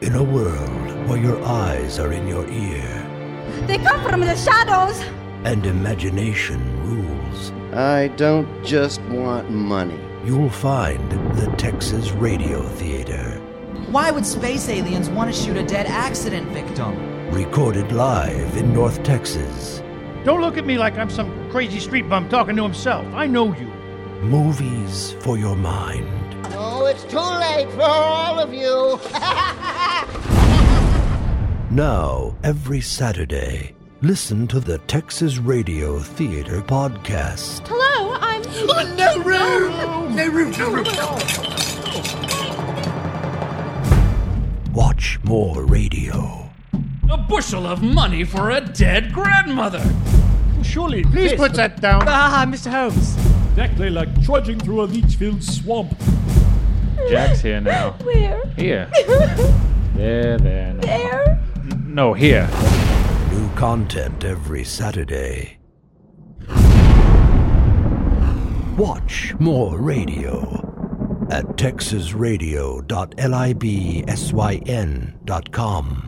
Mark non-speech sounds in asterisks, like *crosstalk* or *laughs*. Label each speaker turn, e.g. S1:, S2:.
S1: In a world where your eyes are in your ear
S2: They come from the shadows.
S1: and imagination rules,
S3: I don't just want money.
S1: you'll find the Texas Radio Theater.
S4: Why would space aliens want to shoot a dead accident victim?
S1: Recorded live in North Texas.
S5: Don't look at me like I'm some crazy street bum talking to himself. I know you.
S1: Movies for your mind.
S6: Oh, it's too late for all of you.
S1: Now, every Saturday, listen to the Texas Radio Theater podcast.
S2: Hello, I'm.
S1: Watch more radio.
S7: A bushel of money for a dead grandmother.
S8: Surely,
S5: Please put that down.
S4: Ah, Mr. Holmes.
S8: exactly like trudging through a leech-filled swamp.
S9: Jack's here now.
S2: Where? *laughs*
S9: Here. There, there. No,
S2: There.
S9: no here.
S1: New content every Saturday. Watch more radio at texasradio.libsyn.com.